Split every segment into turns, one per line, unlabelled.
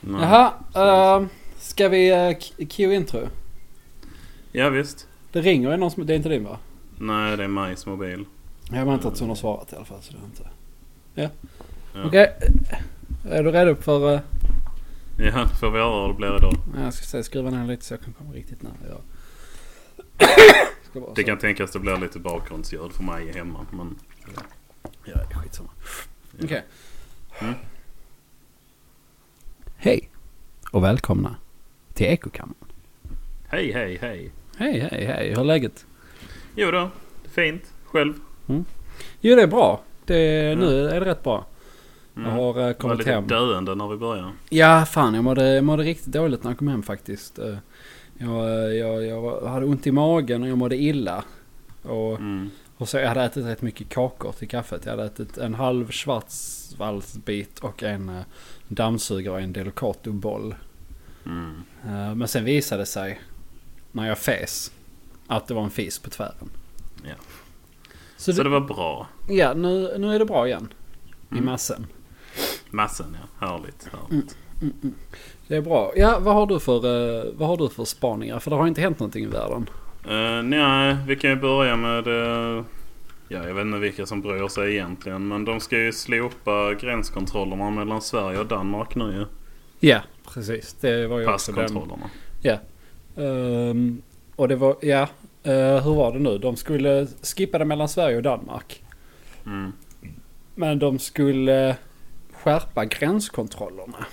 Nej.
Jaha, eh, ska vi eh, k- cue intro?
Ja, visst.
Det ringer ju någon som... Det är inte din va?
Nej, det är Majs mobil.
Jag väntar tills hon har svarat i alla fall så det är inte... Ja.
Ja.
Okej. Är du redo för... eh,
Ja, det får vi höra hur det blir idag.
jag ska se, skruva ner lite så jag kan komma riktigt nära. Ja. Ska vara
Det
så.
kan tänkas det blir lite bakgrundsljud för mig hemma. Men
Ja, det är skitsamma. Okej.
Mm.
Hej och välkomna till Ekokammaren.
hej, hej, hej.
Hej, hej, hej. Hur är läget?
Jo då, det är fint. Själv?
Jo, det är bra. Det,
Mm.
Nu är det rätt bra. Jag har eh,
Det Mm. var
kommit
lite
hem.
döende när vi började.
Ja, fan jag mådde, jag mådde riktigt dåligt när jag kom hem faktiskt. Eh, Jag, eh, jag, jag var- hade ont i magen och jag mådde illa. Och,
Mm.
och så jag hade ätit rätt mycket kakor till kaffet. Jag hade ätit en halv schwarzwaldbit och en eh, dammsugare och en delikatoboll.
Mm.
Eh, Men sen visade det sig när jag fes att det var en fis på tvären.
Ja.
Så,
Så
det,
det var bra.
ja, nu, nu är det bra igen. I
Mm.
massen.
Massen ja, härligt. härligt.
Det är bra. Ja, vad har du för, eh, vad har du för spaningar? För det har inte hänt någonting i världen. Mm.
Eh, nej, vi kan ju börja med... eh, ja, jag vet inte vilka som bryr sig egentligen. Men de ska ju slopa gränskontrollerna mellan Sverige och Danmark nu ju.
Ja, precis. Det var ju också den.
Passkontrollerna.
Ehm, och det var, ja. eh, hur var det nu? De skulle skippa det mellan Sverige och Danmark.
Mm.
Men de skulle skärpa gränskontrollerna.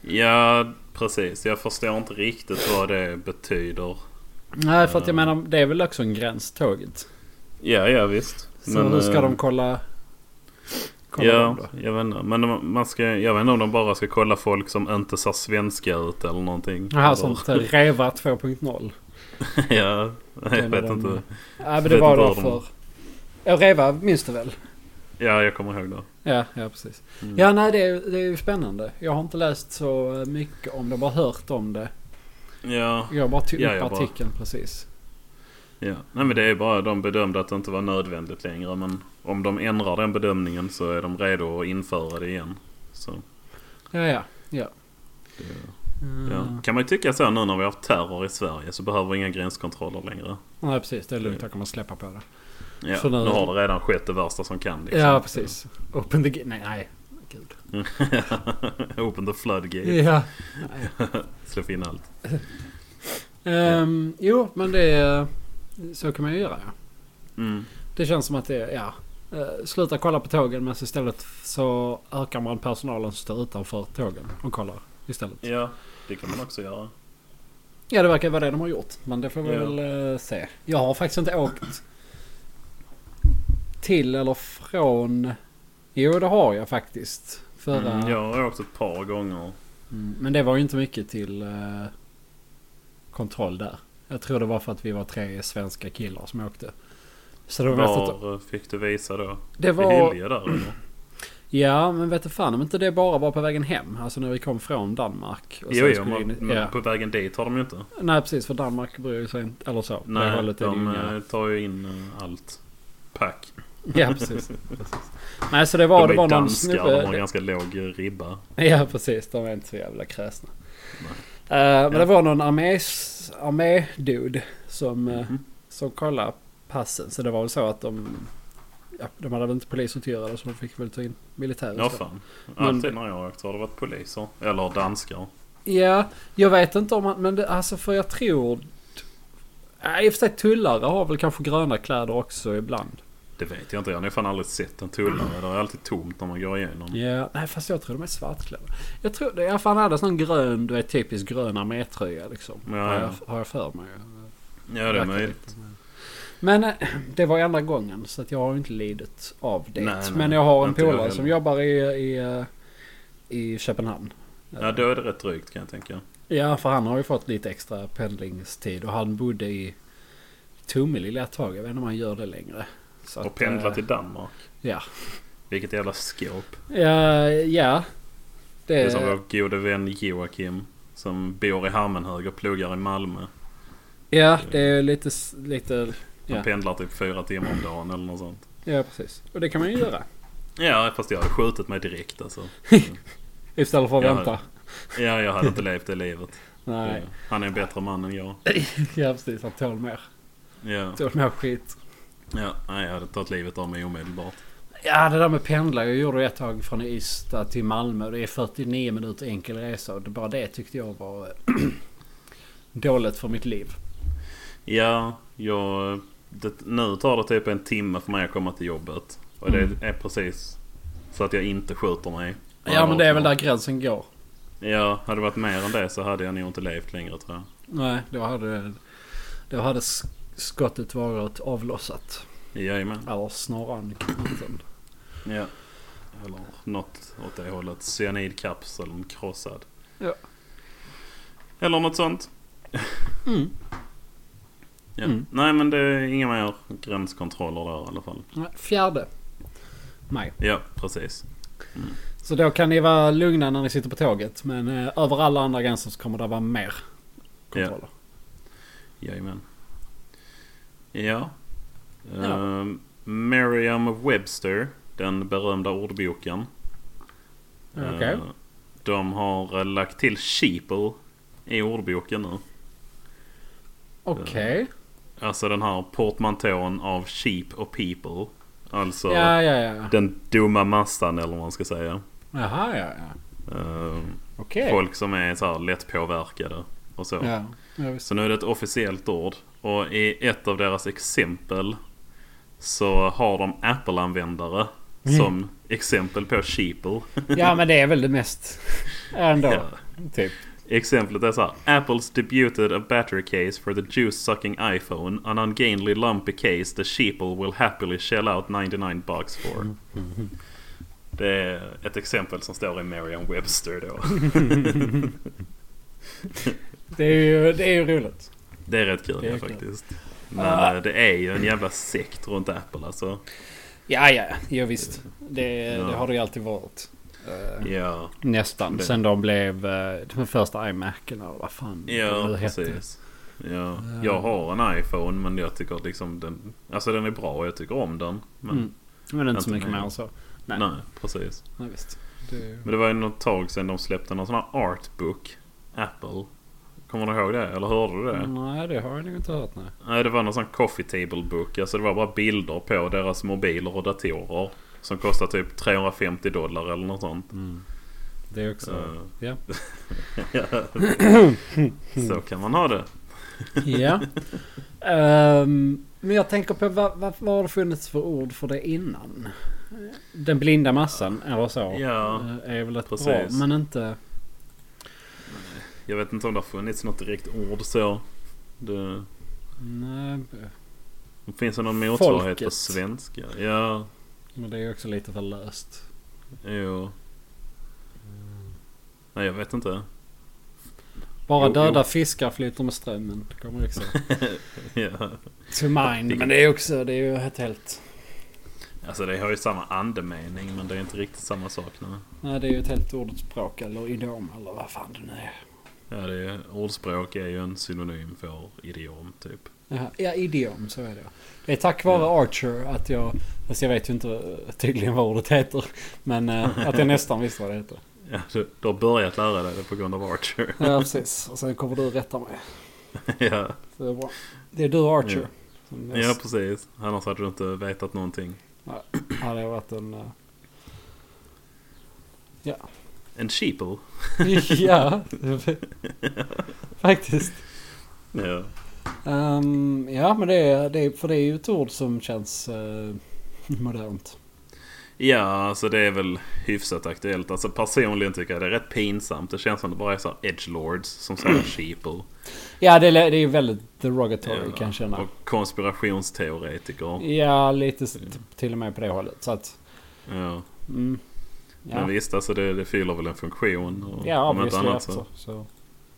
Ja, precis. Jag förstår inte riktigt vad det betyder.
Nej, för att jag
Eh.
menar, det är väl också en gräns, tåget.
Ja, ja visst.
Så hur ska
eh,
de kolla? kolla
Ja,
dem då?
jag vet inte. Men de- man ska, jag vet inte om de bara ska kolla folk som inte ser svenska ut eller någonting.
Jaha,
Eller-
sånt där Reva 2.0.
ja, jag
Den är
vet
de-
inte.
Ja, men
Vet
det var
inte
då
vad de-
för... Ja, Reva minns du väl?
Ja, jag kommer ihåg det.
Ja, ja precis.
Mm.
Ja, nej det är, det är ju spännande. Jag har inte läst så eh, mycket om det, bara hört om det.
Ja,
Jag bara tog
Ja,
upp
jag bara-
artikeln precis.
ja. Nej, men det är bara de bedömde att det inte var nödvändigt längre. Men om de ändrar den bedömningen så är de redo att införa det igen. Så,
Ja, ja, ja.
det,
Mm.
ja. Kan man ju tycka så nu när vi har haft terror i Sverige så behöver vi inga gränskontroller längre.
Nej, precis. Det är lugnt. Jag kommer släppa på det.
Ja,
Så nu-
nu har det redan skett det värsta som kan. liksom.
Ja, precis. Open the gate. Nej, nej. Gud.
Open the floodgate.
Ja.
Släpp in allt.
Ehm, jo, men det är... Så kan man ju göra, ja.
Mm.
Det känns som att det är, ja. eh, Sluta kolla på tågen men så istället så ökar man personalen som står utanför tågen och kollar istället.
Ja, det kan man också göra.
Ja det verkar vara det de har gjort. Men det får vi
Ja.
väl eh, se. Jag har faktiskt inte åkt till eller från... Jo det har jag faktiskt. Förra...
Mm, jag har åkt ett par gånger.
Mm, Men det var ju inte mycket till eh, kontroll där. Jag tror det var för att vi var tre svenska killar som åkte. Så det var, mest att...
Var fick du visa då?
Det
Vid
var... Mm.
Hyllie där eller?
Ja, men vet du fan om inte det bara var på vägen hem. Alltså när vi kom från Danmark.
Jo,
sen
jo,
skulle
men,
in i-
men
ja.
på vägen dit har de ju inte.
Nej, precis. För Danmark bryr sig inte. Eller så. det
Nej,
hållet är det
de
inga-
eh, tar ju in eh, allt. Pack.
Ja, precis. precis. Nej, så det var,
de
det
är
var någon
danskar, de har
snubbe.
ganska låg eh, ribba.
Ja, precis. De är inte så jävla kräsna. Eh, men det var någon armés- armé-dude som, eh,
Mhm.
som kollade passen. Så det var väl så att de... Ja, de hade väl inte poliser till att göra det så de fick väl ta in militärer.
Ja,
och så.
fan.
Men-
Alltid när jag har åkt har det varit poliser. Eller danskar.
Ja, jag vet inte om man, men det, alltså för jag tror... Nej, i och för sig tullare har väl kanske gröna kläder också ibland.
Det vet jag inte. Jag har nog fan aldrig sett en tullare. Det är alltid tomt när man går igenom.
Ja, nej fast jag tror de är svartklädda. Jag tror det, jag fan hade sån grön, du vet typisk grön armétröja liksom.
Ja,
har,
ja.
Jag, har jag för mig.
Ja, det är
Verkar
möjligt.
Men eh, det var ju andra gången så att jag har ju inte lidit av det.
Nej, nej,
men jag har en
inte jag
polare som
heller.
jobbar i, i, eh, i Köpenhamn. Eh,
Ja, då är det rätt drygt kan jag tänka.
Ja, för han har ju fått lite extra pendlingstid och han bodde i Tomelilla ett tag. Jag vet inte om han gör det längre. Så
Och
att,
pendla
eh,
till Danmark.
Ja.
Vilket jävla skåp.
Ja, ja.
Det
Det,
är som vår gode vän Joakim. Som bor i Hammenhög och pluggar i Malmö.
ja, det är lite... s- lite
Han
Ja.
pendlar typ fyra timmar om dagen eller något sånt.
ja, precis. Och det kan man ju göra.
Ja, fast jag hade skjutit mig direkt alltså.
Istället för att
Ja.
vänta.
Ja, jag hade inte levt det livet.
Nej,
Ja. Han är en bättre man än jag.
ja precis. Han tål mer.
Ja,
Tål mer skit.
ja. Nej, jag hade tagit livet av mig omedelbart.
Ja, det där med pendla. Jag gjorde ett tag från Ystad till Malmö. Det är 49 minuter enkel resa. Och det- bara det tyckte jag var eh, dåligt för mitt liv.
Ja, jag... Det, nu tar det typ en timme för mig att komma till jobbet. Och det är precis så att jag inte skjuter mig.
Mm. Ja, men det är väl där gränsen går.
Ja, hade det varit mer än det så hade jag nog inte levt längre tror jag.
Nej, då hade, då hade sk- skottet varit avlossat.
Jajamän.
Eller snarare knuten.
Ja. Eller något åt det hållet. Cyanidkapseln krossad.
Ja.
Eller något sånt.
Mm.
Ja.
Mm.
Nej men det är inga mer gränskontroller där i alla fall.
Nej, Fjärde maj.
Ja, precis.
Så då kan ni vara lugna när ni sitter på tåget. Men eh, över alla andra gränser så kommer det vara mer kontroller.
Jajamän. Ja.
Ja.
Ehm, Merriam-Webster, den berömda ordboken.
Okej.
Eh, de har eh, lagt till sheeple i ordboken nu.
Okej.
Alltså den här portmantån av sheep och people. Alltså
Ja, ja, ja.
den dumma massan eller vad man ska säga.
Jaha, ja, ja.
Eh,
Okej.
Folk som är så här lättpåverkade och så.
Ja, ja, visst.
Så nu är det ett officiellt ord. Och i ett av deras exempel så har de Apple-användare
Mm.
som exempel på sheeple.
ja, men det är väl det mest ändå.
Ja.
Typ.
Exemplet är så här. Apples debuted a battery case for the juice-sucking iPhone. An ungainly lumpy case the sheeple will happily shell out 99 bucks for. Det är ett exempel som står i Merriam-Webster då.
Det är ju, det är ju roligt.
Det är rätt kul
Det är
ja,
kul.
faktiskt. Men
Ah.
eh, det är ju en jävla sekt runt Apple alltså.
Ja, ja, ja. Jo, visst. Det,
Ja.
det har det ju alltid varit. Eh,
Ja,
Nästan.
Det-
Sen de blev eh, de första iMacen och vad fan
ja
det
precis. Ja, jag har en iPhone men jag tycker liksom den... Alltså den är bra och jag tycker om den. Men
Mm. Men inte så
Inte
mycket
mer.
mer än så. Nej.
nej, precis.
Nej, visst. Det...
Men det var ju något tag sedan de släppte någon sån här artbook. Apple. Kommer du ihåg det? Eller hörde du det?
Mm, Nej, det har jag nog inte hört. Nej.
Nej, det var någon sån coffee table book. Alltså det var bara bilder på deras mobiler och datorer. Som kostar typ 350 dollar eller något sånt.
Det är också...
Eh,
Ja.
Så kan man ha det.
ja. Ehm, men jag tänker på vad, vad, vad har det funnits för ord för det innan? Den blinda massan eller så.
Ja,
eh, Är väl ett bra.
precis.
Men inte...
Jag vet inte om det har funnits något direkt ord så. Det,
Nej.
finns det någon motsvarighet på
Folket.
svenska? Ja,
Men det är ju också lite för löst.
jo. Nej, jag vet inte.
Bara
Jo,
döda fiskar flyter med strömmen. Det kommer också.
ja.
To mind. Men det är också... Det är ju ett helt...
Alltså det har ju samma andemening men det är inte riktigt samma sak nu.
Nej, det är ju ett helt ordspråk eller idiom eller vad fan det nu är.
Ja, det är, ordspråk är ju en synonym för idiom typ.
Jaha, Ja, idiom, så är det. Det är tack vare Archer att jag... Fast jag vet ju inte eh, tydligen vad ordet heter. Men eh, att jag nästan visste vad det heter.
Ja, du, du har börjat lära dig det på grund av Archer.
Ja, precis. Och sen kommer du rätta mig.
ja.
Så det är bra. Det är du Archer.
Ja.
Som
ja,
näst-
precis. Annars hade du inte vetat någonting.
hade jag varit en... eh, Ja.
En sheeple.
eh, ja. Faktiskt.
Ja.
Ehm, ja, men det är, det är... För det är ju ett ord som känns eh, modernt.
Ja, alltså det är väl hyfsat aktuellt. Alltså personligen tycker jag det är rätt pinsamt. Det känns som det bara är såhär edgelords som säger sheeple.
Ja, det är, det är väldigt derogatory kan jag känna.
Och konspirationsteoretiker.
Ja, lite s- t- till och med på det hållet. Så att,
Ja. Men
mm, ja.
visst, alltså det, det fyller väl en funktion. Och,
ja,
om inte
obviously
annat
efter.
så.
Så.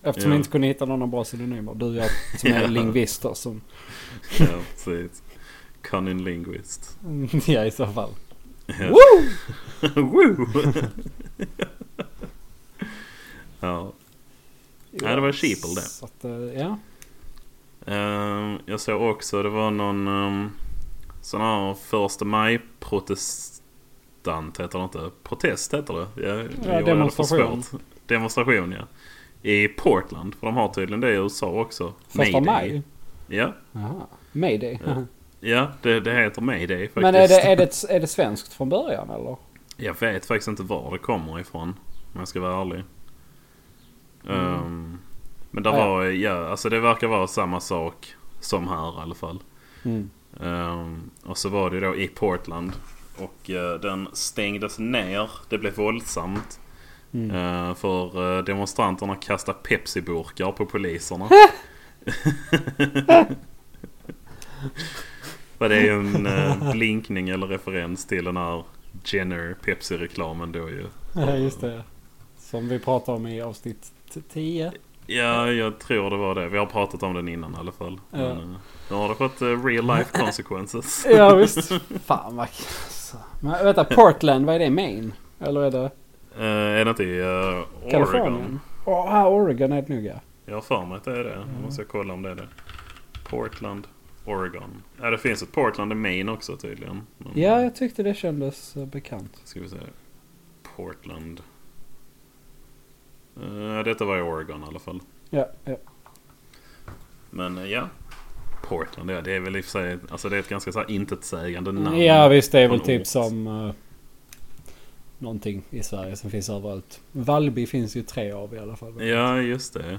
Eftersom
Ja.
vi inte kunde hitta någon bra synonymer. Du och jag som är
Ja.
lingvister som...
Ja, precis. Cunning linguist.
ja, i så fall.
Ja.
Woo!
Woo! ja. Ja, det var sheeple det.
Så att, eh, ja.
Ehm, jag såg ehm, också, det var någon um, sån här första maj protest... demonstrant heter det inte? Protest heter det. Jag,
Ja,
jag hade för
demonstration.
svårt. Demonstration ja. I Portland. För de har tydligen det i USA också. Mayday.
Första maj?
Ja,
Jaha. Mayday.
Ja, ja det, det heter Mayday faktiskt.
Men är det, är, det, är det svenskt från början eller?
Jag vet faktiskt inte var det kommer ifrån. Om jag ska vara ärlig. Ehm, men det
Mm. Ja, ja.
var, ja, alltså det verkar vara samma sak som här i alla fall.
Mm.
Ehm, och så var det då i Portland. Och eh, den stängdes ner. Det blev våldsamt.
Mm.
Eh, för eh, demonstranterna kastade Pepsi-burkar på poliserna. Vad det är ju en eh, blinkning eller referens till den här Jenner Pepsi-reklamen då ju.
Ja, just det. Som vi pratade om i avsnitt 10.
Ja, jag tror det var det. Vi har pratat om den innan i alla fall.
Ja.
Men, eh, nu har det fått eh, real life consequences.
Ja visst. Fan vad alltså. Men vänta, Portland, vad är det? Maine? Eller är det
Eh, är det inte i eh, Oregon?
Kalifornien? Åh, ah, Oregon är det nog ja.
Jag har för mig att det är det. Nu måste jag kolla om det är det. Portland, Oregon. Ja, det finns ett Portland i Maine också tydligen. Men,
Ja, jag tyckte det kändes eh, bekant.
Ska vi se. Portland. Eh, detta var i Oregon i alla fall.
Ja, ja.
Men eh, ja. Portland, ja, det är väl i och för sig, alltså det är ett ganska så här intetsägande namn.
ja visst, det är väl
på en
typ
ort.
som eh, någonting i Sverige som finns överallt. Valby finns ju tre av i alla fall.
Ja, just det.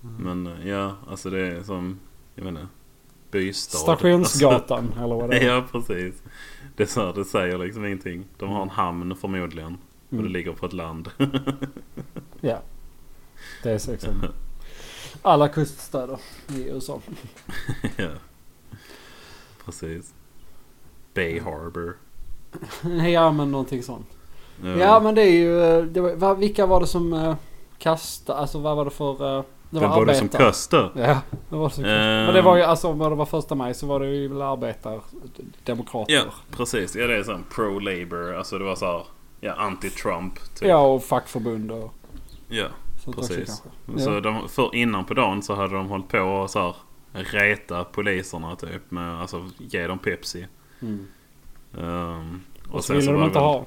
Men eh, ja, alltså det är som, jag vet inte, bystad.
Stationsgatan eller vad det är.
Alltså, Ja, precis. Det, är så här, det säger liksom ingenting. De har en hamn förmodligen. Och det
Mm.
ligger på ett land.
Ja. Det är så liksom alla kuststäder i USA.
ja. Precis. Bay Harbor.
ja men någonting sånt.
Ja,
Ja men det är ju, eh, det var, va- vilka var det som eh, kastade, alltså vad var det för, eh, det
Vem var det som
arbetare.
kastade?
Ja, det var det som kastade.
Ehm.
Men det var ju, alltså om det var första maj så var det ju väl arbetardemokrater.
Ja, typ. precis. Ja, det är sån pro-labor. Alltså det var så här, ja, anti-Trump. Typ.
Ja och fackförbund och
ja.
sånt
Precis.
också kanske.
Så
Ja.
de, för innan på dagen så hade de hållit på och så här reta poliserna typ med alltså ge dem Pepsi.
Mm.
Ehm,
Och, så ville de
var
inte
det väl-
ha.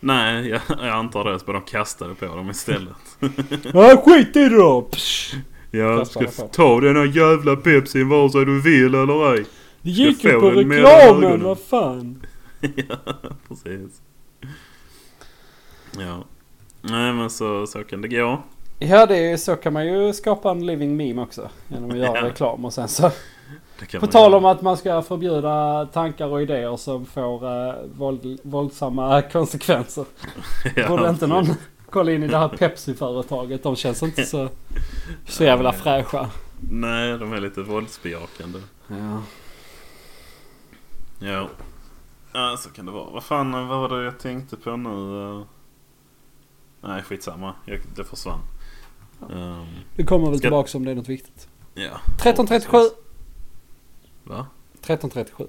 Nej, jag, jag antar det. Så de kastade på dem istället.
Ja skit i det då! Psh.
Jag ska
Kastade på.
ta den här jävla Pepsin vare sig du vill eller ej.
Det gick
får
ju på
den mellan
reklamen,
ögonen.
vad fan.
ja, precis. Ja. Nej men så, så kan det gå.
Ja, det är, ju- så kan man ju skapa en living meme också. Genom att göra
Ja.
reklam och sen så.
Det kan
På
man
tal
göra.
om att man ska förbjuda tankar och idéer som får eh, våld, våldsamma konsekvenser.
Ja,
Borde inte någon
precis.
kolla in i det här Pepsi-företaget? De känns inte så, så jävla fräscha.
Nej, de är lite våldsbejakande.
Ja.
Ja. Ja, så kan det vara. Vad fan vad var det jag tänkte på nu? eh? Nej, skitsamma. Jag, det försvann. Ehm,
Du kommer väl
Ska-
tillbaka om det är något viktigt.
ja.
1337!
Va?
1337.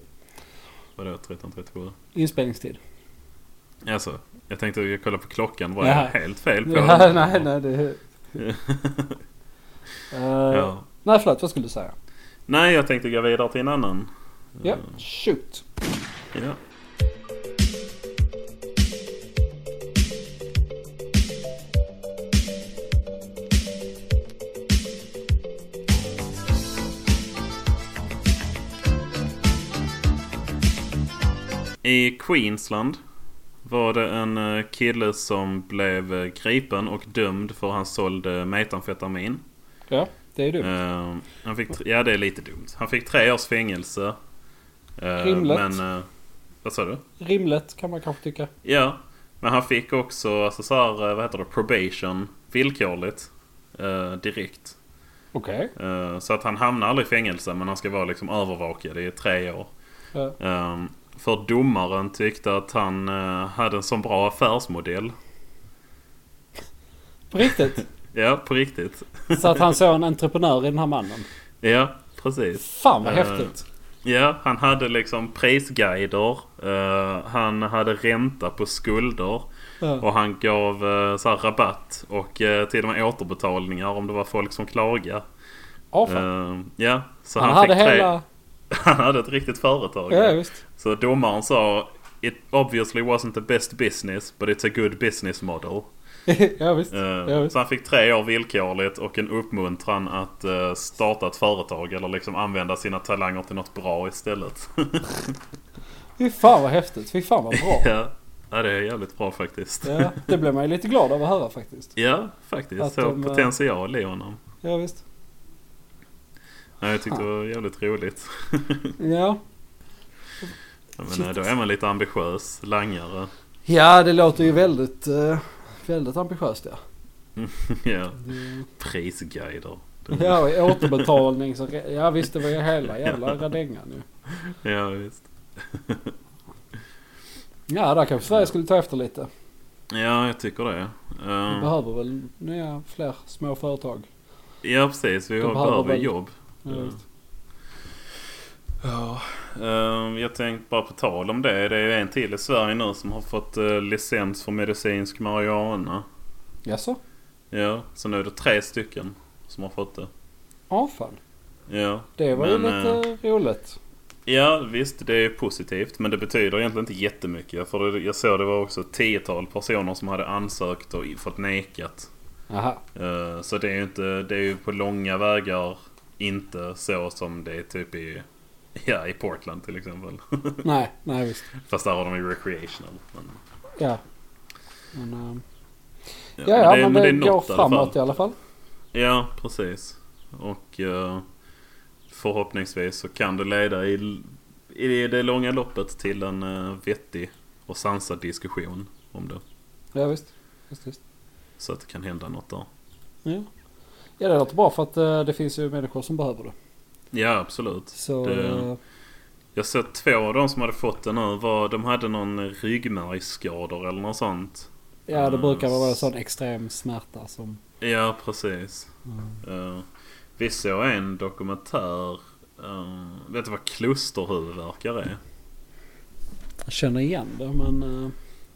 Vadå 1337?
Inspelningstid.
Alltså, jag tänkte jag kollade på klockan. Var
Ja.
jag helt fel på
Ja,
den?
nej, nej, det är... Eh,
ja.
Nej, förlåt. Vad skulle du säga?
Nej, jag tänkte gå vidare till en annan.
Ja, shoot.
Ja. I Queensland var det en eh, kille som blev eh, gripen och dömd för han sålde metamfetamin.
Ja, det är du.
Eh, han fick, tre- ja, det är lite dumt. Han fick tre års fängelse. Eh,
Rimligt.
Men, eh, vad sa du?
Rimligt kan man kanske tycka.
Ja, men han fick också alltså, så här, eh, vad heter det, probation villkorligt. eh, direkt.
Okej.
Eh, så att han hamnar aldrig i fängelse men han ska vara liksom övervakad i tre år.
Ja.
Ehm, för domaren tyckte att han eh, hade en sån bra affärsmodell.
På riktigt?
Ja, på riktigt.
Så att han såg en entreprenör i den här mannen.
Ja, precis.
Fan vad
Eh,
häftigt.
Ja, han hade liksom prisguider. eh, han hade ränta på skulder.
Ja.
Och han gav eh, så här rabatt och eh, till och med återbetalningar om det var folk som klagade.
Ja, fan.
Eh, ja, så
han
han,
hade
fick tre...
hela...
Han hade ett riktigt företag.
Ja, visst.
Så domaren sa it obviously wasn't the best business but it's a good business model.
ja visst.
Eh,
ja, visst.
så han fick tre år villkorligt och en uppmuntran att eh, starta ett företag eller liksom använda sina talanger till något bra istället.
Fy fan vad häftigt. Fy fan vad bra.
ja. ja, det är jävligt bra faktiskt.
ja, det blev man ju lite glad av att höra faktiskt.
Ja, faktiskt.
Att
så
de, eh,
potential i honom.
Ja visst.
Ja, jag tyckte det var jävligt roligt.
Ja.
Ja,
Shit.
Men eh, då är man lite ambitiös langare.
Ja, det låter ju väldigt, eh, väldigt ambitiöst ja.
ja,
Det-
prisguider.
Ja, och återbetalning. Så, ja visst, det var ju hela jävla radängan ju.
Ja, visst.
Ja, där kanske Sverige skulle ta efter lite.
Ja, jag tycker det.
Vi
Eh,
behöver väl nya, fler små företag.
ja, precis. Vi
de
har,
behöver
behöver
väl-
jobb.
Ja,
Ja.
visst.
Ja, ehm, jag tänkte bara på tal om det. Det är ju en till i Sverige nu som har fått eh, licens för medicinsk marijuana.
Jaså?
Ja, så nu är det tre stycken som har fått det.
Ja, fan.
Ja,
Det var ju
Men, eh,
lite roligt.
ja visst det är positivt. Men det betyder egentligen inte jättemycket. För det- jag såg det var också ett tiotal personer som hade ansökt och fått nekat.
Aha.
Eh, Så det är ju inte, det är ju på långa vägar inte så som det är typ i, ja, i Portland till exempel.
Nej, nej visst.
Fast där har de ju recreational. Men...
Ja. Men, ehm,
Ja,
ja, ja, men det,
är
går
något i alla
framåt
fall.
i alla fall.
Ja, precis. Och eh, förhoppningsvis så kan det leda i, i det långa loppet till en eh, vettig och sansad diskussion om det.
Ja, visst. Visst, visst.
Så att det kan hända något där.
Ja. ja, det låter bra för att eh, det finns ju människor som behöver det.
Ja, absolut.
Så...
Det-
eh,
Jag såg två av de som hade fått den nu. Var, de hade någon ryggmärgsskador eller något sånt.
Ja, det
Eh,
brukar vara en
s-
sån extrem smärta som...
Ja, precis.
Mm.
Eh, vi såg en dokumentär. eh, vet du vad klusterhuvudvärkar är?
Jag känner igen det, men... eh,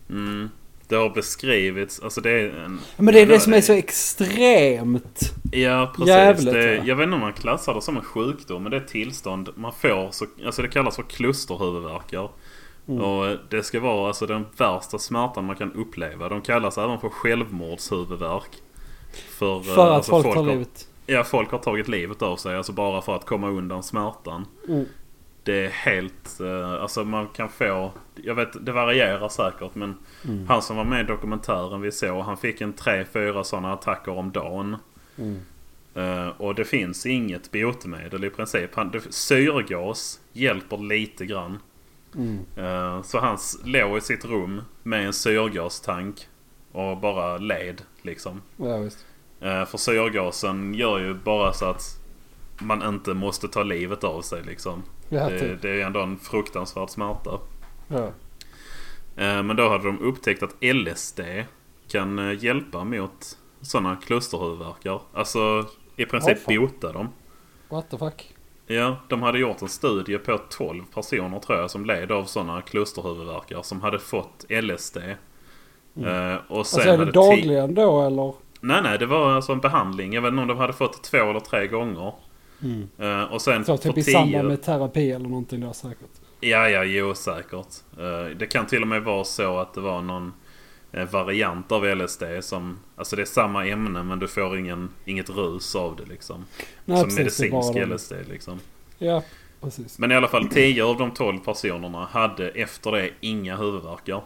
Mm. Det har beskrivits, alltså det är en...
Men det är det
Ja,
som är så extremt.
Ja precis.
jävligt,
det,
va?
jag vet inte om man klassar det som en sjukdom men det är ett tillstånd man får. Så, alltså det kallas för klusterhuvudvärkar.
Mm.
Och eh, det ska vara alltså den värsta smärtan man kan uppleva. De kallas även för självmordshuvudvärk. För, eh,
För att
alltså,
folk tar
har,
livet.
Ja folk har tagit livet av sig alltså bara för att komma undan smärtan.
Mm.
Det är helt, eh, alltså man kan få, jag vet det varierar säkert men
Mm.
han som var med i dokumentären vi såg han fick en 3-4 sådana attacker om dagen.
Mm.
Eh, och det finns inget botemedel i princip. Han, det, syrgas hjälper lite grann.
Mm.
Eh, så han s- låg i sitt rum med en syrgastank och bara led liksom.
Ja, visst.
Eh, för syrgasen gör ju bara så att man inte måste ta livet av sig liksom.
Ja,
Det,
typ.
det är ändå en fruktansvärd smärta.
Ja.
Eh, men då hade de upptäckt att LSD kan eh, hjälpa mot sådana klusterhuvudvärkar. Alltså i princip
fan.
bota dem.
What the fuck?
Ja, de hade gjort en studie på 12 personer tror jag som led av sådana klusterhuvudvärkar som hade fått LSD. Eh, och sen
Alltså är det
hade ti-
dagligen då eller?
Nej, nej, det var alltså en behandling. Jag vet inte om de hade fått det två eller tre gånger.
Mm.
Eh, och sen
Så
för
typ i
tio...
samband med terapi eller någonting då säkert.
Ja, ja, jo, säkert. Eh, det kan till och med vara så att det var någon eh, variant av LSD som... Alltså det är samma ämne men du får ingen, inget rus av det liksom.
Nej,
som
precis, det är bara
medicinsk
de-
LSD liksom.
Ja, precis.
Men i alla fall 10 av de 12 personerna hade efter det inga huvudvärkar.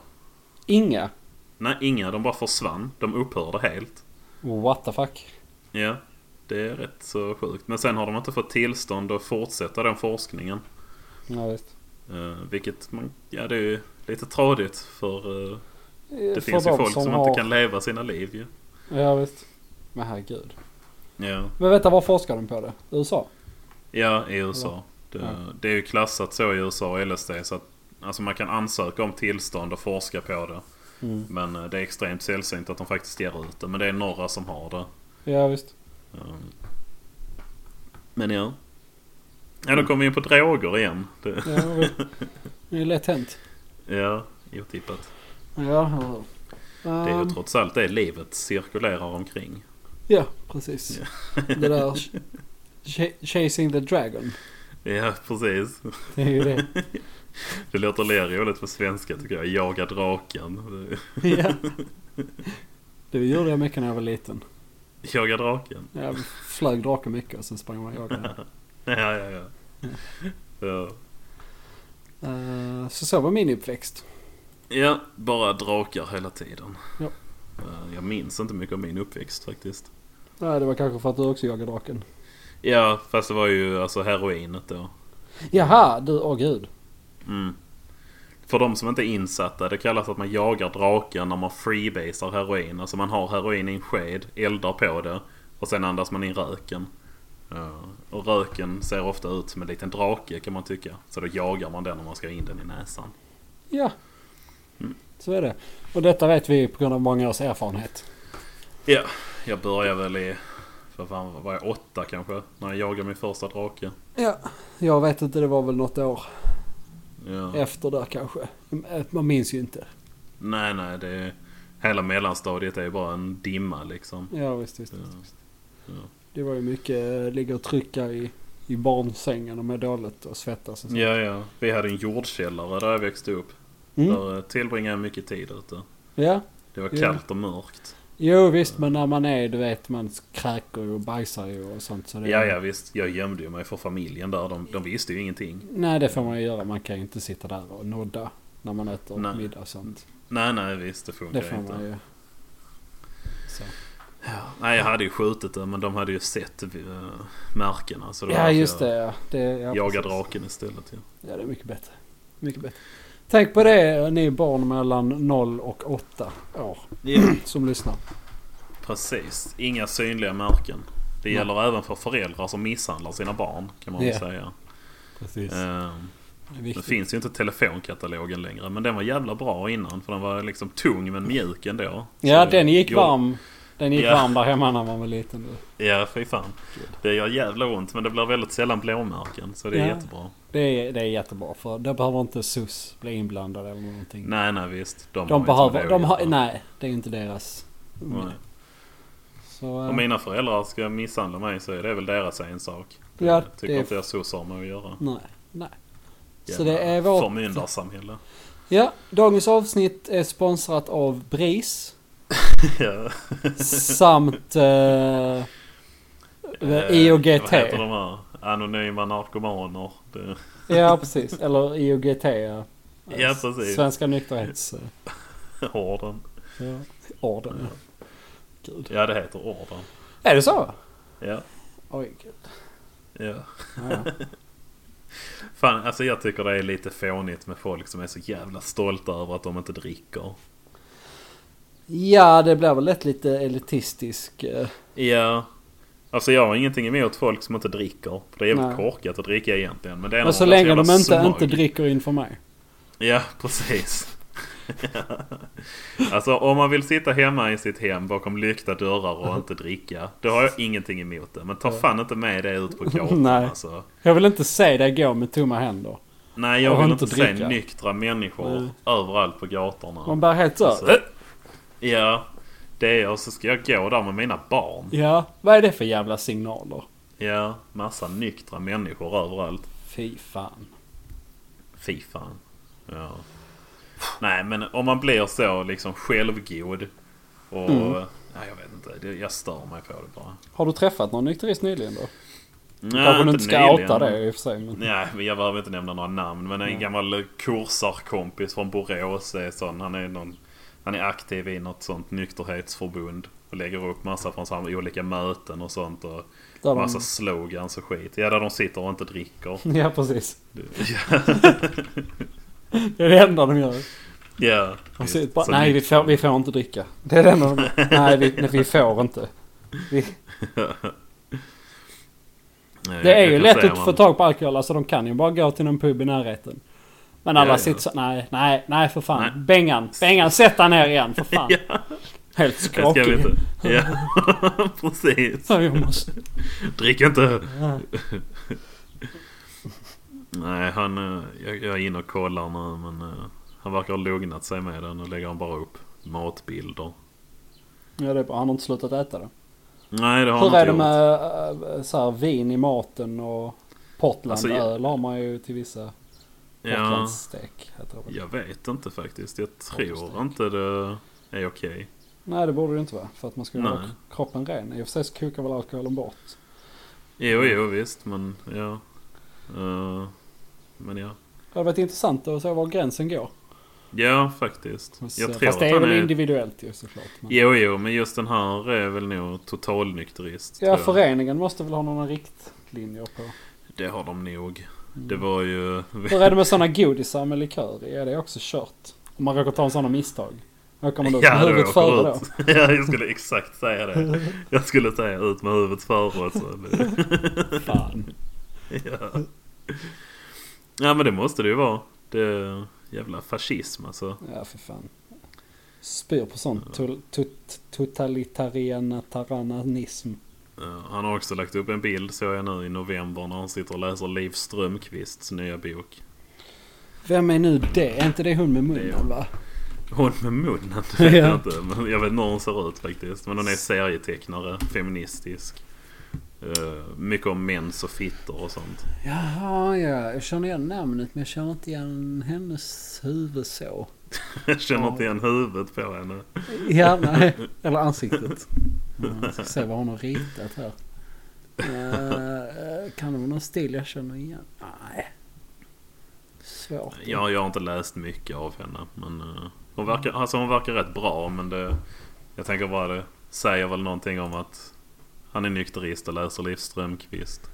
Inga?
Nej, inga. De bara försvann. De upphörde helt.
What the fuck?
Ja, det är rätt så sjukt. Men sen har de inte fått tillstånd att fortsätta den forskningen.
Ja, visst.
Eh, vilket man... Ja, det är ju lite tradigt för... Eh, det
För
finns ju
de
folk som,
har-
inte kan leva sina liv ju.
Ja, visst. Men herregud.
Ja,
Men vänta, var forskar de på det? USA?
ja i USA. Det,
Ja.
det är ju klassat så i USA och LSD så att alltså man kan ansöka om tillstånd och forska på det.
Mm.
Men eh, det är extremt sällsynt att de faktiskt ger ut det. Men det är några som har det.
Ja, visst.
Um, Men ja. Ja, då kommer vi in på droger igen. Det,
Ja, visst. Det är lätt hänt.
ja, otippat.
Ja, Ehm, hur?
Det är ju trots allt det livet cirkulerar omkring.
Ja, precis. Det där ch- ch- Chasing the Dragon.
Ja, precis.
Det är ju det.
Det låter mer roligt på svenska tycker jag. Jaga draken.
Ja. Det gjorde jag mycket när jag var liten.
Jaga draken.
Jag flög drake mycket och sen sprang man och jagade.
Ja, ja, ja. ja.
Eh, Så så var min uppväxt.
Ja, bara drakar hela tiden.
Ja.
Eh, Jag minns inte mycket av min uppväxt faktiskt.
Nej, det var kanske för att du också jagade draken.
Ja, fast det var ju alltså heroinet då.
Jaha, du, åh gud.
Mm. För de som inte är insatta, det kallas att man jagar draken när man freebasar heroin. Alltså man har heroin i en sked, eldar på det och sen andas man in röken. Eh, Och röken ser ofta ut som en liten drake kan man tycka. Så då jagar man den om man ska ha in den i näsan.
Ja. Så är det. Och detta vet vi på grund av många års erfarenhet.
Ja, jag började väl i... Vad fan var jag? Åtta kanske? När jag jagade min första drake.
Ja. Jag vet inte, det var väl något år
Ja.
efter där kanske. Man minns ju inte.
Nej, nej. Det är, hela mellanstadiet är ju bara en dimma liksom.
Ja, visst, visst.
Ja.
visst, visst.
Ja.
Det var ju mycket eh, ligga och trycka i, i barnsängen och med dåligt och svettas och så.
Ja, ja. Vi hade en jordkällare där jag växte upp.
Mm.
Där eh, tillbringade jag mycket tid ute.
ja.
Det var
Ja.
kallt och mörkt.
Jo visst, men när man är, du vet, man kräker ju och bajsar ju och sånt. Så det,
Ja, ja visst. Jag gömde ju mig för familjen där. De, de visste ju ingenting.
Nej, det får man ju göra. Man kan ju inte sitta där och nodda när man äter
Nej.
middag och sånt.
Nej, nej visst. Det
Det
funkar
får man
inte.
ju. Så.
Nej, jag hade ju skjutit det men de hade ju sett eh, märkena. Så det var
Ja,
därför
just det. Ja. det ja,
Jag jagade
precis.
draken istället. Ja.
Ja, det är mycket bättre. Mycket bättre. Tänk på det, ni barn mellan 0 och 8 år
Mm.
som lyssnar.
Precis, inga synliga märken. Det
Nej.
gäller även för föräldrar som misshandlar sina barn kan man väl
Ja,
säga.
Precis.
Ehm,
Det är
det
viktigt.
finns ju inte telefonkatalogen längre men den var jävla bra innan för den var liksom tung men mjuk ändå.
Ja,
Så-
den gick
Jo,
varm. Den gick
Ja.
varm där hemma när man var liten. du.
Ja, fy fan. Det gör jävla ont men det blir väldigt sällan blåmärken så det är
Ja.
jättebra.
Det är, det är jättebra för där behöver inte SUS bli inblandad eller någonting.
Nej, nej visst. De, har
de
inte med det
behöver,
att
de har,
göra.
nej det är ju inte deras.
Nej.
Så, eh,
Om mina föräldrar ska misshandla mig så är det väl deras ensak.
Ja,
jag tycker
det-
inte jag sossar har med att göra.
nej, nej. Så det är
Jävla
vårt...
Förmyndarsamhälle.
Ja, dagens avsnitt är sponsrat av BRIS.
ja.
samt eh,
Eh, Vad heter
IOGT.
de här? Anonyma narkomaner. Det...
Ja, precis. Eller IOGT. Ja,
Ja, precis.
Svenska nykterhetsorden.
Orden.
Ja. Orden. Gud.
Ja, det heter orden.
Är det så?
Ja.
Oj, gud.
ja.
Ja, ja.
Fan, alltså jag tycker det är lite fånigt med folk som är så jävla stolta över att de inte dricker.
ja, det blir väl lätt lite elitistisk. eh,
Ja. Alltså jag har ingenting emot folk som inte dricker. För det är
Nej.
jävligt korkat att dricka egentligen. Men det är
Men
när
så
man är
länge de
jävla
inte,
smug.
inte dricker inför mig.
Ja, precis. alltså om man vill sitta hemma i sitt hem bakom lyckta dörrar och inte dricka. Då har jag ingenting emot det. Men ta fan inte med det ut på gatan
Nej.
alltså.
Jag vill inte se dig gå med tomma händer.
Nej, jag
Och
vill
inte
inte se
dricka.
nyktra människor
Nej.
överallt på gatorna.
Man bär helt så.
Alltså, Ja, det är jag. Så ska jag gå där med mina barn.
Ja, vad är det för jävla signaler?
Ja, massa nyktra människor överallt.
Fy fan.
Fy fan. Ja. Nej, men om man blir så liksom självgod och...
Mm.
Nej, jag vet inte. Det- Jag stör mig på det bara.
Har du träffat någon nykterist nyligen då?
Nej,
Kanske du inte ska
nyligen.
outa det i och för sig. Men...
Nej, men jag behöver inte nämna några namn. Men en gammal kursarkompis från Borås är sån. Han är, någon, han är aktiv i något sånt nykterhetsförbund. Och lägger upp massa från så här olika möten och sånt. Och
Där
massa slogans och skit. Ja, där de sitter och inte dricker.
de... Ja, precis.
Ja,
Det är det enda de gör.
ja.
De
visst.
säger bara,
Så
nej, vi får, vi får inte dricka. Det är det enda de gör. Nej, vi, nej, vi får inte. Vi...
Nej,
Det är
jag
ju
kan
lätt
säga
att
man-
få tag på alkohol. Alltså de kan ju bara gå till någon pub i närheten. Men alla
Ja, ja.
sitter så, nej, nej, nej för fan.
Nej.
Bengan, Bengan sätt dig ner igen för fan. Helt
Det ska vi
skakig.
inte. Ja, precis.
Ja, jag måste.
Drick inte!
Ja.
Nej, han... eh, Jag, jag är inne och kollar nu men... eh, Han verkar ha lugnat sig med den. Nu lägger han bara upp matbilder.
Ja, det är bra. Han har inte slutat äta det.
Nej, det har
Hur är
han
det eh,
inte gjort.
med äh, så här, vin i maten och Portlandöl
Alltså,
har man ju till vissa.
Ja,
Portlandsstek heter det väl?
jag vet inte faktiskt. Jag
Portlandstek.
tror inte det är okej.
Nej det borde det inte vara. För att man skulle
Nej.
hålla kroppen ren. I och för sig så kokar väl alkoholen bort.
Jo, jo, visst, men ja. Eh, men ja.
Det hade varit intressant att se var gränsen går.
Ja, faktiskt.
Och så-
Jag tror
Fast det
att
är
han
väl
är...
individuellt ju såklart. Men...
Jo, jo, men just den här är väl nog totalnykterist.
Ja,
tror jag.
föreningen måste väl ha några riktlinjer på.
Det har de nog.
Mm.
Det var ju...
Hur är det med sådana godisar med likör i? Är det också kört? Om man råkar ta en sån av misstag. Åker man då med
då
huvudet
åker
före
jag
då?
ut. ja, jag skulle exakt säga det. Jag skulle säga ut med huvudet före. och Så.
Fan.
ja. ja, men det måste det ju vara. Det... Jävla fascism alltså.
Ja, för fan. Spyr på sånt tol- tot- totalitariana taranism.
Ja, Han har också lagt upp en bild såg jag nu i november när han sitter och läser Liv Strömquists nya bok.
Vem är nu det? Är inte det hon med
Det är
munnen
hon.
va?
Hon med munnen, det vet jag
Ja.
inte. Men jag vet inte hur hon ser ut faktiskt. Men hon är serietecknare, feministisk. Eh, mycket om mens och fittor och sånt.
Jaha, ja. Jag känner igen namnet men jag känner inte igen hennes huvud så.
Jag känner
Ja.
inte igen huvudet på henne.
Ja, nej. Eller ansiktet. Jag Mm. ska se vad hon har ritat här. Eh, kan det vara någon stil jag känner igen? Nej. Svårt.
Jag, jag har inte läst mycket av henne. Men eh, hon, verkar, alltså hon verkar rätt bra. Men det, jag tänker bara det säger väl någonting om att han är nykterist och läser Liv Strömquist.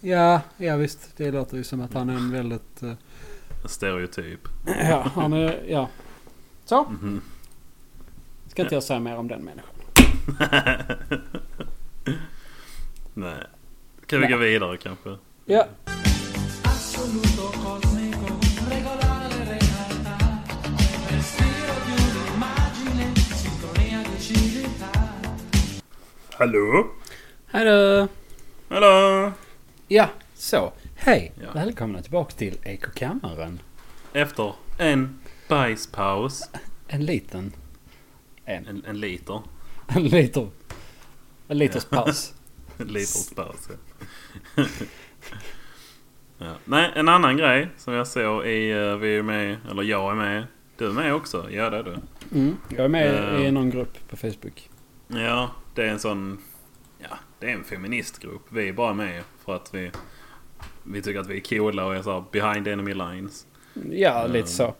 Ja, ja visst. Det låter ju som att han är en väldigt... eh,
En stereotyp.
Ja, han är... Ja. Så.
Mhm.
Ska inte jag säga mer om den människan.
Nej. Kan vi gå vidare kanske?
Ja.
Hallå?
Hej då!
Hallå!
Ja, så. Hej!
Ja.
Välkomna tillbaka till Ekokammaren.
Efter en bajspaus.
En liten... En.
En, en liter.
En liter... En liters paus.
En liters paus. ja. ja. Nej, en annan grej som jag såg i... eh, Vi är med, eller jag är med. Du är med också? Ja, det är du.
Mm. Jag är med
Eh.
i någon grupp på Facebook.
Ja, det är en sån... Ja, det är en feministgrupp. Vi är bara med för att vi... Vi tycker att vi är coola och är så här behind enemy lines.
Ja,
Mm.
lite så.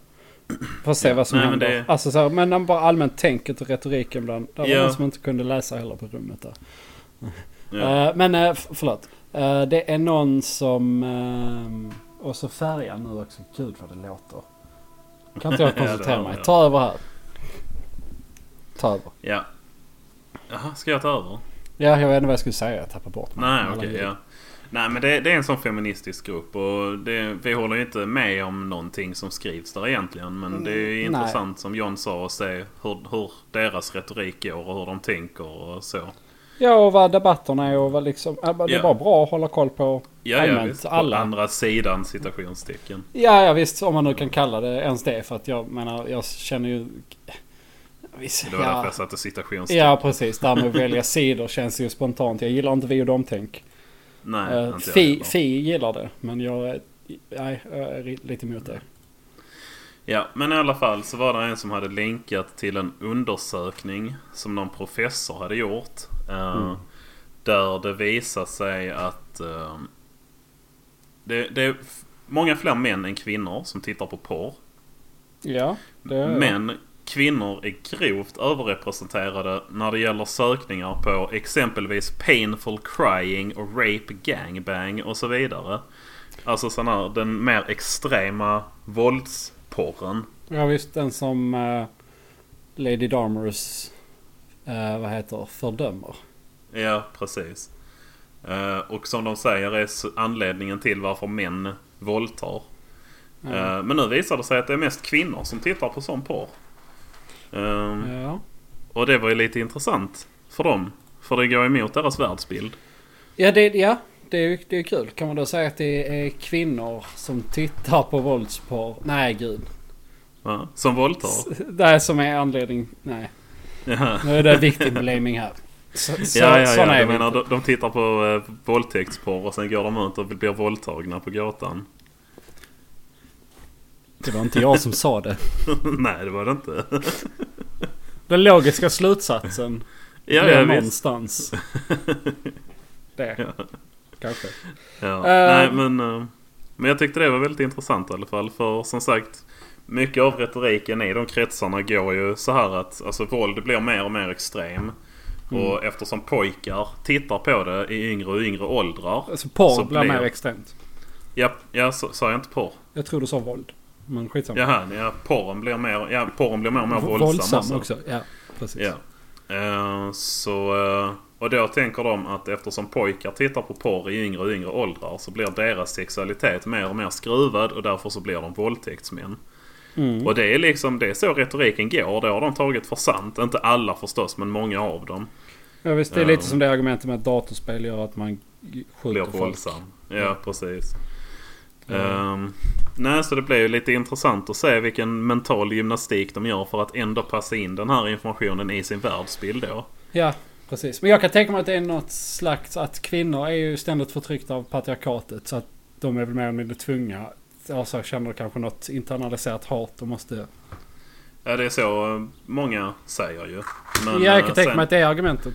Får se vad som
Nej, men
händer.
det-
Men, alltså, så här, men de bara allmänt tänket och retoriken bland... Det var
Ja.
någon som inte kunde läsa heller på rummet där.
Ja.
Eh, men uh, förlåt. Eh, det är någon som... eh, och så färjan nu också. Gud vad det låter. Kan inte jag
Ja, det
koncentrera
hör
mig?
jag.
Ta över här. Ta över.
ja. Jaha, ska jag ta över?
Ja, jag vet inte vad jag skulle säga. Jag tappar bort mig.
Nej,
Alla
okej.
grejer.
ja. Nej, men det, det är en sån feministisk grupp och det, vi håller ju inte med om någonting som skrivs där egentligen. Men det är ju
Mm, nej.
intressant som John sa att se hur, hur deras retorik går och hur de tänker och så.
Ja, och vad debatterna är och vad liksom... eh, Det är
Ja.
bara bra att hålla koll på.
Ja, ja,
Allmänt,
visst. På
alla.
andra sidan citationstecken.
Ja, ja visst. Om man nu kan kalla det ens det. För att jag menar, jag känner ju... Visst,
Det var därför
ja.
jag satte citationstecken.
ja, precis. Det här med att välja sidor känns ju spontant. Jag gillar inte vi och dem-tänk.
Nej,
Eh,
inte jag
Fi,
heller.
fi gillar det, men jag är, nej, jag är ri- lite emot det.
Ja, men i alla fall så var det en som hade länkat till en undersökning som någon professor hade gjort. eh,
Mm.
Där det visar sig att eh, det, det är f- många fler män än kvinnor som tittar på porr.
Ja, det
Men kvinnor är grovt överrepresenterade när det gäller sökningar på exempelvis painful crying och rape gangbang och så vidare. Alltså sån här, den mer extrema våldsporren.
Ja, visst. Den som eh, Lady Darmers, eh, vad heter fördömer.
Ja, precis. Eh, och som de säger är s- anledningen till varför män våldtar.
Ja.
Eh, men nu visar det sig att det är mest kvinnor som tittar på sån porr. Ehm,
Ja.
Och det var ju lite intressant för dem. För det går emot deras världsbild.
Ja, det, ja det, är, ju- det är kul. Kan man då säga att det är kvinnor som tittar på våldsporr? Nej, gud.
va? Som våldtar.
S- Det här som är anledning. Nej,
Ja.
nu är det victim blaming här. Så, så,
Ja, ja,
såna
ja.
är
Du
vi
menar
inte.
de, de tittar på eh, våldtäktsporr och sen går de ut och blir våldtagna på gatan?
Det var inte jag som sa det.
Nej, det var det inte.
Den logiska slutsatsen
ja,
blir
ja, visst.
någonstans. Det. Kanske.
Ja.
Eh,
Nej, men, eh, men jag tyckte det var väldigt intressant i alla fall. För som sagt, mycket av retoriken i de kretsarna går ju så här att alltså, våld blir mer och mer extrem. Och eftersom pojkar tittar på det i yngre och yngre åldrar.
Alltså porr
Så
blir
blir-
mer extremt.
Ja, ja så, sa jag inte porr?
Jag tror du sa våld. Men skitsamma.
Jaha, ja, porren blir mer, ja, porren blir mer och mer
V-
våldsam. alltså.
Våldsam
också.
också. Ja, precis.
Ja. Eh, så, eh, och då tänker de att eftersom pojkar tittar på porr i yngre och yngre åldrar så blir deras sexualitet mer och mer skruvad och därför så blir de våldtäktsmän.
Mm.
Och det är liksom det är så retoriken går. Det har de tagit för sant. Inte alla förstås men många av dem.
Ja, visst, det är
Ja.
lite som det argumentet med att datorspel gör att man skjuter
blir
folk. Mm.
våldsam. Ja, precis. Ehm, nej, så det blir ju lite intressant att se vilken mental gymnastik de gör för att ändå passa in den här informationen i sin världsbild då.
Ja, precis. Men jag kan tänka mig att det är något slags att kvinnor är ju ständigt förtryckta av patriarkatet. Så att de är väl mer eller mindre tvungna. Alltså känner kanske något internaliserat hat och måste...
Ja, det är så eh, många säger ju. Men,
ja, jag
eh,
kan tänka
sen-
mig att det är argumentet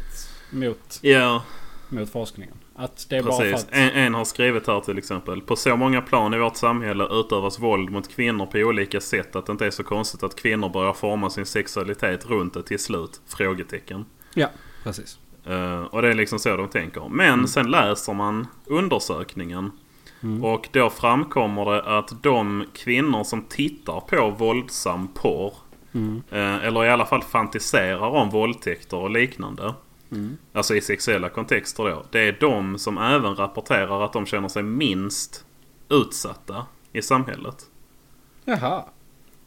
mot,
Ja,
mot forskningen. Att det är bara för
precis. Eh.
att...
En, en har skrivit här till exempel. På så många plan i vårt samhälle utövas våld mot kvinnor på olika sätt att det inte är så konstigt att kvinnor börjar forma sin sexualitet runt det till slut? Frågetecken.
Ja, precis.
Eh, och det är liksom så de tänker. Men sen läser man undersökningen. Och då framkommer det att de kvinnor som tittar på våldsam porr. eh, eller i alla fall fantiserar om våldtäkter och liknande. Alltså i sexuella kontexter då. Det är de som även rapporterar att de känner sig minst utsatta i samhället.
Jaha.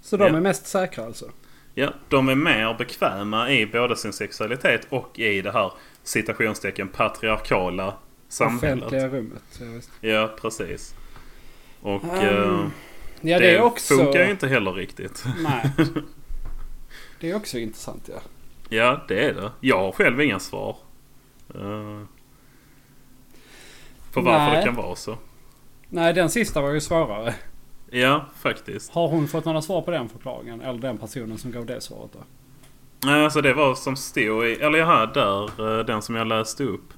Så de
Ja.
är mest säkra alltså?
Ja, de är mer bekväma i både sin sexualitet och i det här citationstecken patriarkala samhället.
Offentliga rummet. Ja, visst.
Ja, precis. Och
Ehm,
eh,
ja det,
det
är också...
funkar ju inte heller riktigt.
Nej. Det är också intressant ja.
Ja, det är det. Jag har själv inga svar. Eh, på varför
Nej.
det kan vara så.
Nej, den sista var ju svårare.
Ja, faktiskt.
Har hon fått några svar på den förklaringen? Eller den personen som gav det svaret då?
Nej, alltså det var som stod i... Eller jag hade där, eh, den som jag läste upp.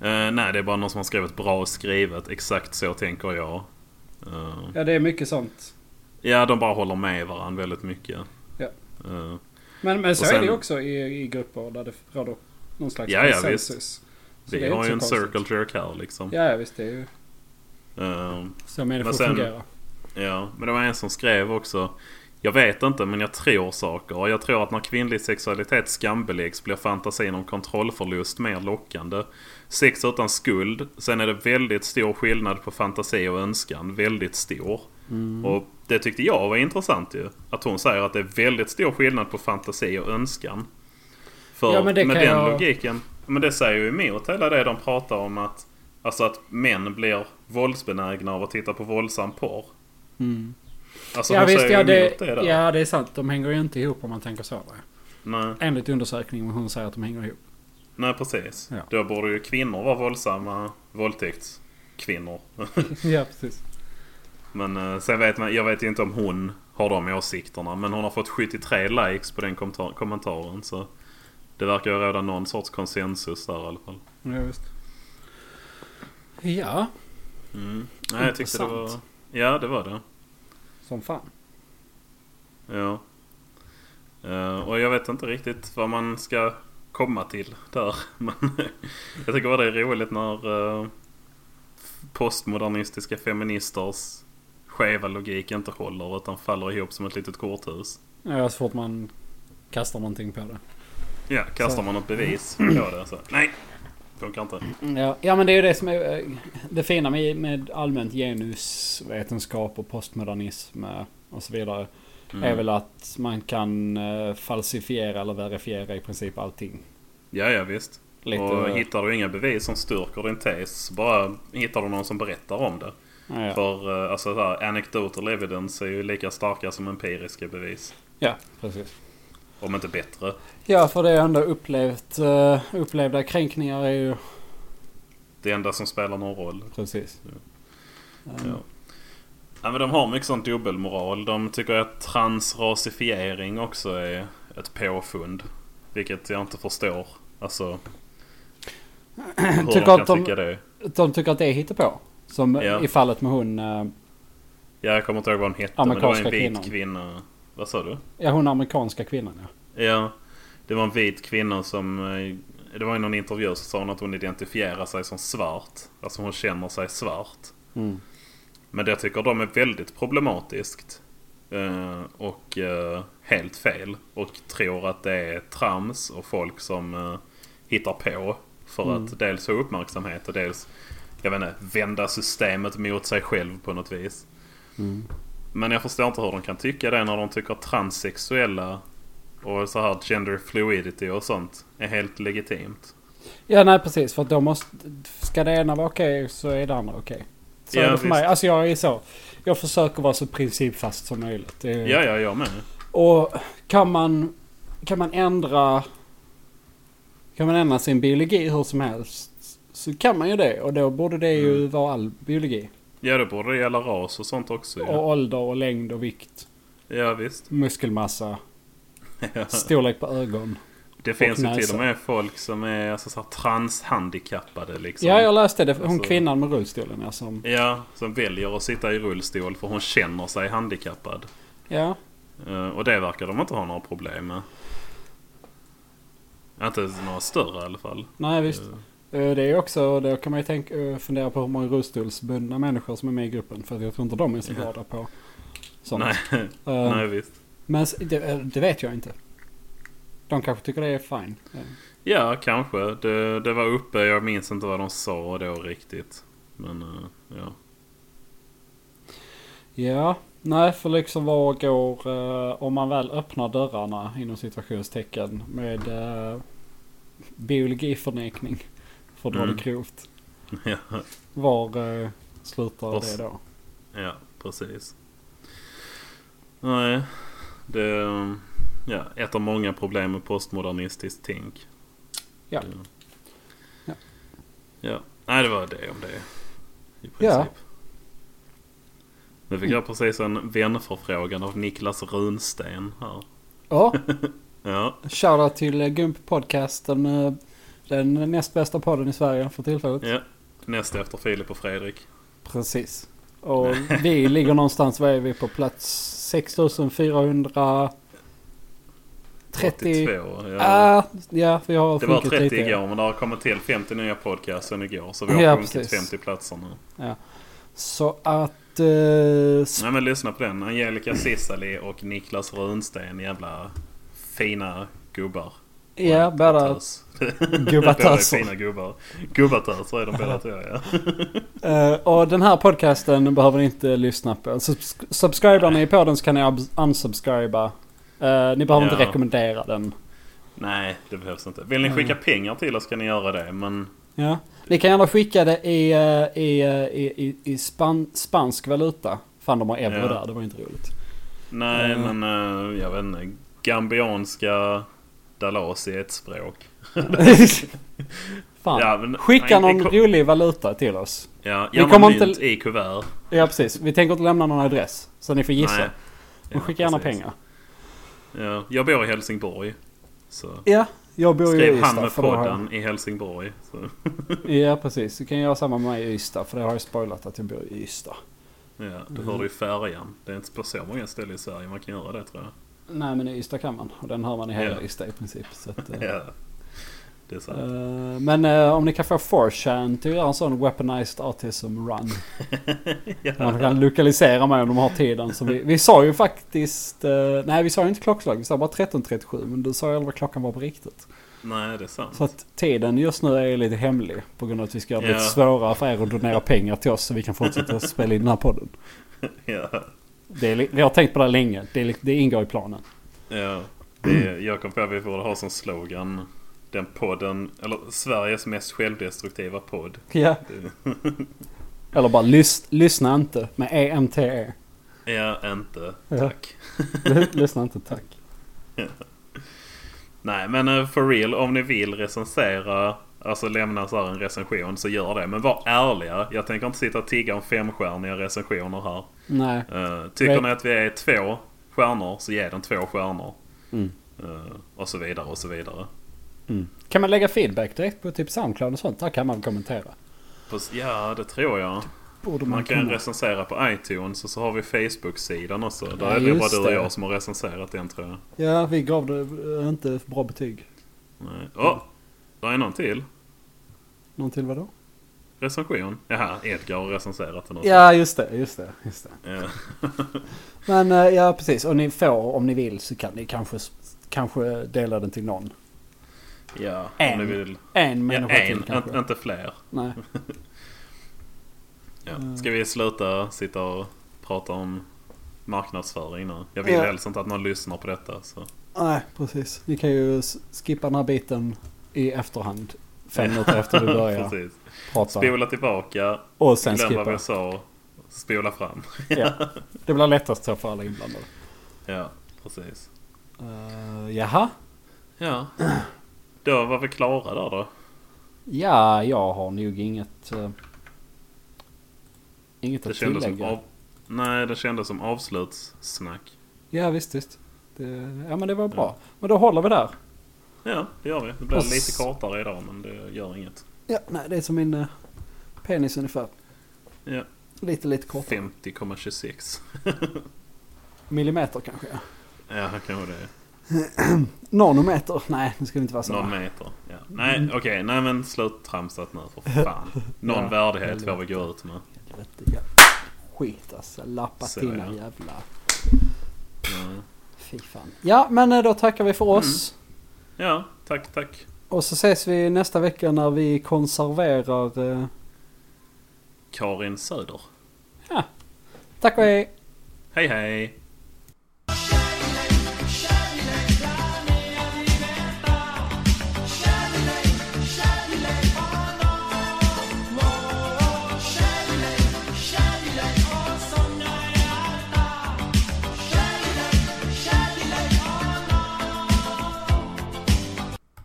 Eh, nej, det är bara någon som har skrivit bra skrivet. Exakt så tänker jag. Eh,
Ja, det är mycket sånt.
ja, de bara håller med varandra väldigt mycket.
Ja.
Eh,
Men, men så
Och sen-
är det ju också i, i grupper där det råder någon slags
Ja, ja,
Så det
vi
är
har
inte
ju en
så konstigt.
circle jerk här liksom.
Ja, ja, visst. Det är ju
Eh,
så människor
Men sen-
fungerar.
Ja, men det var en som skrev också. Jag vet inte, men jag tror saker. Och Jag tror att när kvinnlig sexualitet skambeläggs blir fantasin om kontrollförlust mer lockande. Sex utan skuld. Sen är det väldigt stor skillnad på fantasi och önskan. Väldigt stor.
Mm.
Och det tyckte jag var intressant ju. Att hon säger att det är väldigt stor skillnad på fantasi och önskan. För
Ja, men det
med
kan
den
jag-
logiken. Men det säger ju emot hela det de pratar om att... Alltså att män blir våldsbenägna av att titta på våldsam porr.
Mm.
Alltså
ja,
de
visst.
säger
Ja
ju
det,
emot det där.
ja, det är sant. De hänger ju inte ihop om man tänker så. Va?
Nej,
Enligt undersökningen hon säger att de hänger ihop.
nej, precis.
Ja.
Då borde ju kvinnor vara våldsamma våldtäktskvinnor.
ja, precis.
Men eh, sen vet man, jag vet ju inte om hon har de åsikterna. Men hon har fått 73 likes på den kommentar- kommentaren. Så det verkar ju råda någon sorts konsensus där i alla fall.
Ja, visst. Ja,
Mm. Nej, jag tyckte det var...
Intressant.
Ja, det var det.
som fan.
Ja. Eh, och jag vet inte riktigt vad man ska komma till där. Men jag tycker bara det är roligt när eh, postmodernistiska feministers skeva logik inte håller utan faller ihop som ett litet korthus.
Ja, så fort man kastar någonting på det.
Ja, kastar
Så.
man något bevis på det så nej, funkar inte.
Ja, ja men det är ju det som är eh, det fina med, med allmänt genusvetenskap och postmodernism eh, och så vidare. Är väl att man kan eh, falsifiera eller verifiera i princip allting.
Ja, ja visst.
Lite,
och
eh,
hittar du inga bevis som styrker din tes, bara hittar du någon som berättar om det.
Ja, ja.
För eh, alltså, så här, anecdotal evidence är ju lika starka som empiriska bevis.
ja precis.
Om inte bättre.
Ja, för det jag ändå upplevt, eh, upplevda kränkningar är ju...
Det enda som spelar någon roll.
Precis. Eh,
Ja. Ja, men de har mycket sånt dubbelmoral. De tycker att transrasifiering också är ett påfund. Vilket jag inte förstår. Alltså... Hur de
Tycker att
kan
de-
tycka det.
De tycker att det är hittepå. Som
Ja.
i fallet med hon... eh,
Ja, jag kommer inte ihåg vad hon hette. Men det var en
Amerikanska
vit
kvinnan.
kvinna. Vad sa du?
Ja, hon amerikanska kvinnan ja.
Ja, det var en vit kvinna som... eh, Det var i någon intervju så sa hon att hon identifierar sig som svart. Alltså hon känner sig svart.
Mm.
Men det tycker de är väldigt problematiskt. eh, Och eh, helt fel. Och tror att det är trams och folk som eh, hittar på. För att dels få uppmärksamhet och dels jag vet inte, vända systemet mot sig själv på något vis.
Mm.
Men jag förstår inte hur de kan tycka det när de tycker att transsexuella och så här gender fluidity och sånt är helt legitimt.
Ja, nej precis. För att då måste... Ska det ena vara okej så är det andra okej. Så
Ja,
är det för mig.
visst.
Alltså jag är så. Jag försöker vara så principfast som möjligt. Det är-
Ja, ja, jag med.
Och kan man, kan man ändra... Kan man ändra sin biologi hur som helst så kan man ju det. Och då borde det ju
Mm.
vara all biologi.
Ja, det borde det gälla ras och sånt också. Ja,
Och ålder och längd och vikt.
ja visst.
Muskelmassa. Storlek på ögon.
Det finns ju till
näsa.
och med folk som är alltså, så här, transhandikappade liksom.
Ja, jag läste det. Hon
Alltså-
kvinnan med rullstolen ja, som...
Ja, som väljer att sitta i rullstol för hon känner sig handikappad.
Ja.
Eh, Och det verkar de inte ha några problem med. Inte några större i alla fall.
Nej, visst. Eh, Det är ju också, då kan man ju tänka, eh, fundera på hur många rullstolsbundna människor som är med i gruppen. För jag tror inte de är så
Ja.
glada på sånt.
Nej,
Eh,
nej visst.
Men s- det, eh, det vet jag inte. De kanske tycker det är fine. Eh,
Ja, kanske. Det, det var uppe. Jag minns inte vad de sa då riktigt. Men eh, ja.
Ja, nej för liksom vad går eh, om man väl öppnar dörrarna inom situationstecken med eh, biologiförnekning. För att dra
Mm.
det grovt.
ja.
Var eh, slutar
Och s-
det då?
Ja, precis. Nej, det är ja, ett av många problem med postmodernistiskt tänk.
Ja.
Ja.
Ja.
ja. Nej, det var det om det. I princip.
Ja. Mm.
Nu fick jag precis en vänförfrågan av Niklas Runsten här.
Ja,
Ja,
shoutout till eh, Gump Podcast. Den, eh, den näst bästa podden i Sverige för tillfället.
ja. Nästa efter Filip och Fredrik.
Precis. Och vi ligger någonstans, vad är vi på plats 6430?
82. Ja.
Ah, ja, vi har
det var
sjunkit
30
lite.
igår men det har kommit till 50 nya podcasts sen igår. Så vi har
Ja,
sjunkit
precis.
50 platser nu.
Så att... eh,
Nej men lyssna på den. Angelica Cissali och Niklas Runsten. Jävla fina gubbar.
Ja, bara
Tös. Båda är
gubbatöser.
fina gubbar. Gubbatöser är de båda två ja.
Eh, och den här podcasten behöver ni inte lyssna på. Subs- subscribar ni på den så kan ni abs- unsubscriba. Eh, ni behöver inte
Ja.
rekommendera den.
Nej det behövs inte. Vill ni skicka pengar till oss kan ni göra det. Men
Ja. Ni kan gärna skicka det i, eh, i, eh, i, i, i span- spansk valuta. Fan de har euro
Ja.
där, det var inte roligt.
nej
Ja.
men eh, jag vet inte. Gambianska dalasi är ett språk.
Fan.
Ja, men- nej,
Skicka
det
någon
kom-
rolig valuta till oss.
Ja,
Vi
gärna
kommer
mynt
inte-
i kuvert.
Ja precis, vi tänker inte lämna någon adress. Så ni får gissa.
Nej.
Men skicka gärna
precis.
pengar.
Ja, jag bor i Helsingborg. Så.
Ja, jag bor ju i
Skrev
Ystad.
han med
för då har jag-
podden i Helsingborg. Så.
Ja precis, du kan göra samma med mig i Ystad för det har jag spoilat att jag bor i Ystad.
Ja, du
Mm.
hörde ju färjan. Det är inte på så många ställen i Sverige man kan göra det tror jag.
Nej men i Ystad kan man och den hör man i hela
Ja.
Ystad i princip. Så att, eh,
Ja. Det är sant.
eh, men eh, om ni kan få 4chan till att göra en sån weaponized autism run. Man kan lokalisera mig om de har tiden. Så vi, vi sa ju faktiskt, eh, nej vi sa ju inte klockslag, vi sa bara 13.37 men du sa ju aldrig vad klockan var på riktigt.
Nej, det är sant.
Så att tiden just nu är lite hemlig på grund av att vi ska göra det
Ja.
lite svårare för er att donera pengar till oss så vi kan fortsätta spela in den här podden.
Ja.
Det är, li- vi har tänkt på det här länge. Det, är, li- det ingår i planen.
Ja. Det är, jag kom på att vi borde ha som slogan den podden, eller Sveriges mest självdestruktiva podd.
Ja. Eller bara lys, lyssna inte med E EMTE.
Ja, inte.
Ja.
Tack.
Lys- lyssna inte tack.
Nej men eh, for real, om ni vill recensera, alltså lämna så här en recension så gör det. Men var ärliga. Jag tänker inte sitta och tigga om femstjärniga recensioner här.
Nej.
Eh, tycker
Nej.
ni att vi är två stjärnor så ge den två stjärnor.
Mm.
Eh, och så vidare och så vidare.
Kan man lägga feedback direkt på typ Soundcloud och sånt? Där kan man kommentera.
Fast, Ja, det tror jag.
Borde
Man kan
kunna.
recensera på iTunes och så har vi Facebook-sidan också. Där
Ja,
är det bara
just
du och
det.
jag som har recenserat den tror jag.
Ja, vi gav det eh, inte bra betyg.
Nej. Åh! Där är någon till.
Någon till vadå?
Recension. Jaha, Edgar har recenserat den också.
Ja, just det, just det, just det.
Eh,
Men eh, ja, precis. Och ni får, om ni vill, så kan ni kanske, kanske dela den till någon.
Ja, om
En.
ni vill.
En
Ja,
människa
en,
till kanske.
inte- inte fler.
Nej.
Ja.
Mm.
Ska vi sluta sitta och prata om marknadsföring nu? Jag vill
Ja.
helst inte att någon lyssnar på detta. Så.
Nej, precis. Ni kan ju s- skippa den här biten i efterhand. Fem minuter efter du börjar
Precis.
prata.
Spola tillbaka,
Och sen
glöm vad
skippa.
vi sa, spola fram.
Ja. Det blir lättast så för alla inblandade.
Ja, precis.
Uh, jaha.
Ja. Då var vi klara där då.
Ja, jag har nog inget... eh, inget
Det
att
kändes som,
tillägga.
av... Nej, det kändes som avslutssnack.
Ja, visst, visst. Det, ja, men det var bra. Men då håller vi där.
Ja, det gör vi. Det blev
Och s-
lite kortare idag, men det gör inget.
Ja, nej, det är som min eh, penis ungefär.
Ja.
Lite, lite kort.
50,26.
Millimeter kanske. ja.
Ja, kanske det.
Nanometer. Alltså, Nej, nu ska vi inte vara
Någon
sådana.
meter. Ja. Mm. Nej, okej. Nej, men sluttramsat nu för fan. Någon
Ja,
värdighet
eller-
får vi gå ut med.
Helvete, ja. Skit alltså. Lappa
Så,
till den
ja.
jävla...
Ja.
Fy fan. Ja, men eh, då tackar vi för oss.
Mm. Ja, tack, tack.
Och så ses vi nästa vecka när vi konserverar... eh,
Karin Söder.
Tack och hej!
Hej, hej!